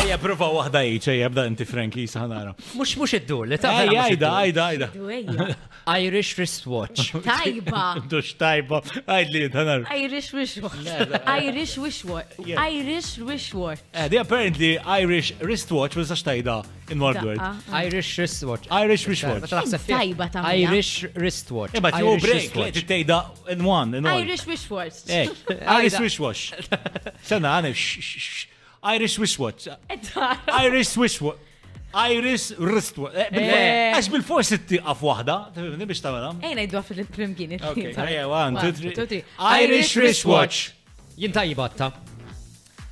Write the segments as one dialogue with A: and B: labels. A: Ejja, prova wahda iċ, ejja, bda inti Franki, saħnara.
B: Mux mux id-dur, li ta'
A: Ejja, ajda, ajda, ajda.
C: Dwejja.
B: Irish wristwatch.
C: Tajba.
A: Dux tajba, għajdli, saħnara.
C: Irish wishwort. Irish wishwort.
A: Yeah.
C: Irish wishwort.
A: Eh, Di apparently Irish wristwatch was għax tajda in one word.
C: Daqqa.
B: Irish wristwatch.
A: Irish wristwatch.
C: Tajba tamla.
B: Irish wristwatch.
A: Imma ti u Eh,
B: Irish
A: break,
B: wristwatch.
A: li tajda in one, in one.
C: Irish wishwort.
A: Eh, Irish wristwatch. Sena, għane, sh- sh- sh- Irish wristwatch. Irish wristwatch. Irish wristwatch. Eh, bil-
B: Eh.
A: Għax bil-forsi t-tiqaf wahda, tifimni biex tamela.
C: Ejna id-dwa fil-primgini.
A: Okay, ejja, one, two, three.
C: Eh, two, three.
A: Irish wristwatch.
B: Jien tajbatta.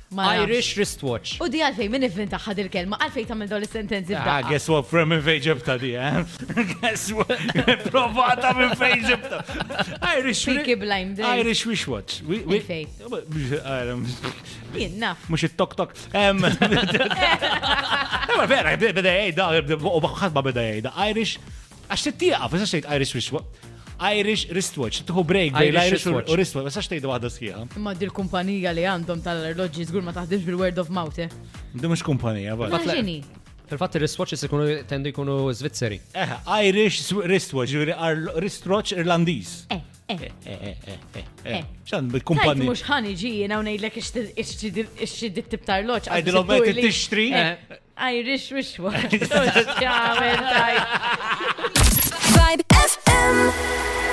B: Irish wristwatch.
C: U di għalfej, min inventa ħad il-kelma, għalfej tamil dawn il-sentenzi
A: Ah,
C: f'daqqa.
A: guess what? From in fej ġibta di, eh? Guess what? Provata minn fej ġibta. Irish
C: Peaky Blinders.
A: Irish wristwatch. We- we-
C: Minn fej?
A: Mux
C: Jien naf.
A: il-tok tok. Em, Ema vera, bde- beda jgħida, u bħad ma beda jgħida. Irish, għax t-tieqa, fissa xejt Irish wristwatch. Irish wristwatch, tuħu break bej
B: Irish
A: l-Irish
B: wristwatch.
A: u wristwatch, fissa xejt għadda sħiħa.
C: Imma di l-kumpanija li għandhom tal-arloġġi zgur ma taħdix bil-word of mouth. eh.
A: Di mux kumpanija, bħal.
C: Immaġini.
B: Fil-fatt il-wristwatches ikunu tendu jkunu Svizzeri.
A: Eh, Irish sw- wristwatch, ġuri wristwatch irlandiż.
C: Eh, eh.
A: Eh, eh, eh, eh.
C: Eh.
A: ċan
C: Tajt
A: bil-kumpanija.
C: mux ħani ġi, jena unajdlek ixċi dik tibtar loċ.
A: Għajdilomet t-tixtri.
C: Eh.
A: eh.
C: Irish wishwort. X'għamel, tajt.
D: Vibe FM.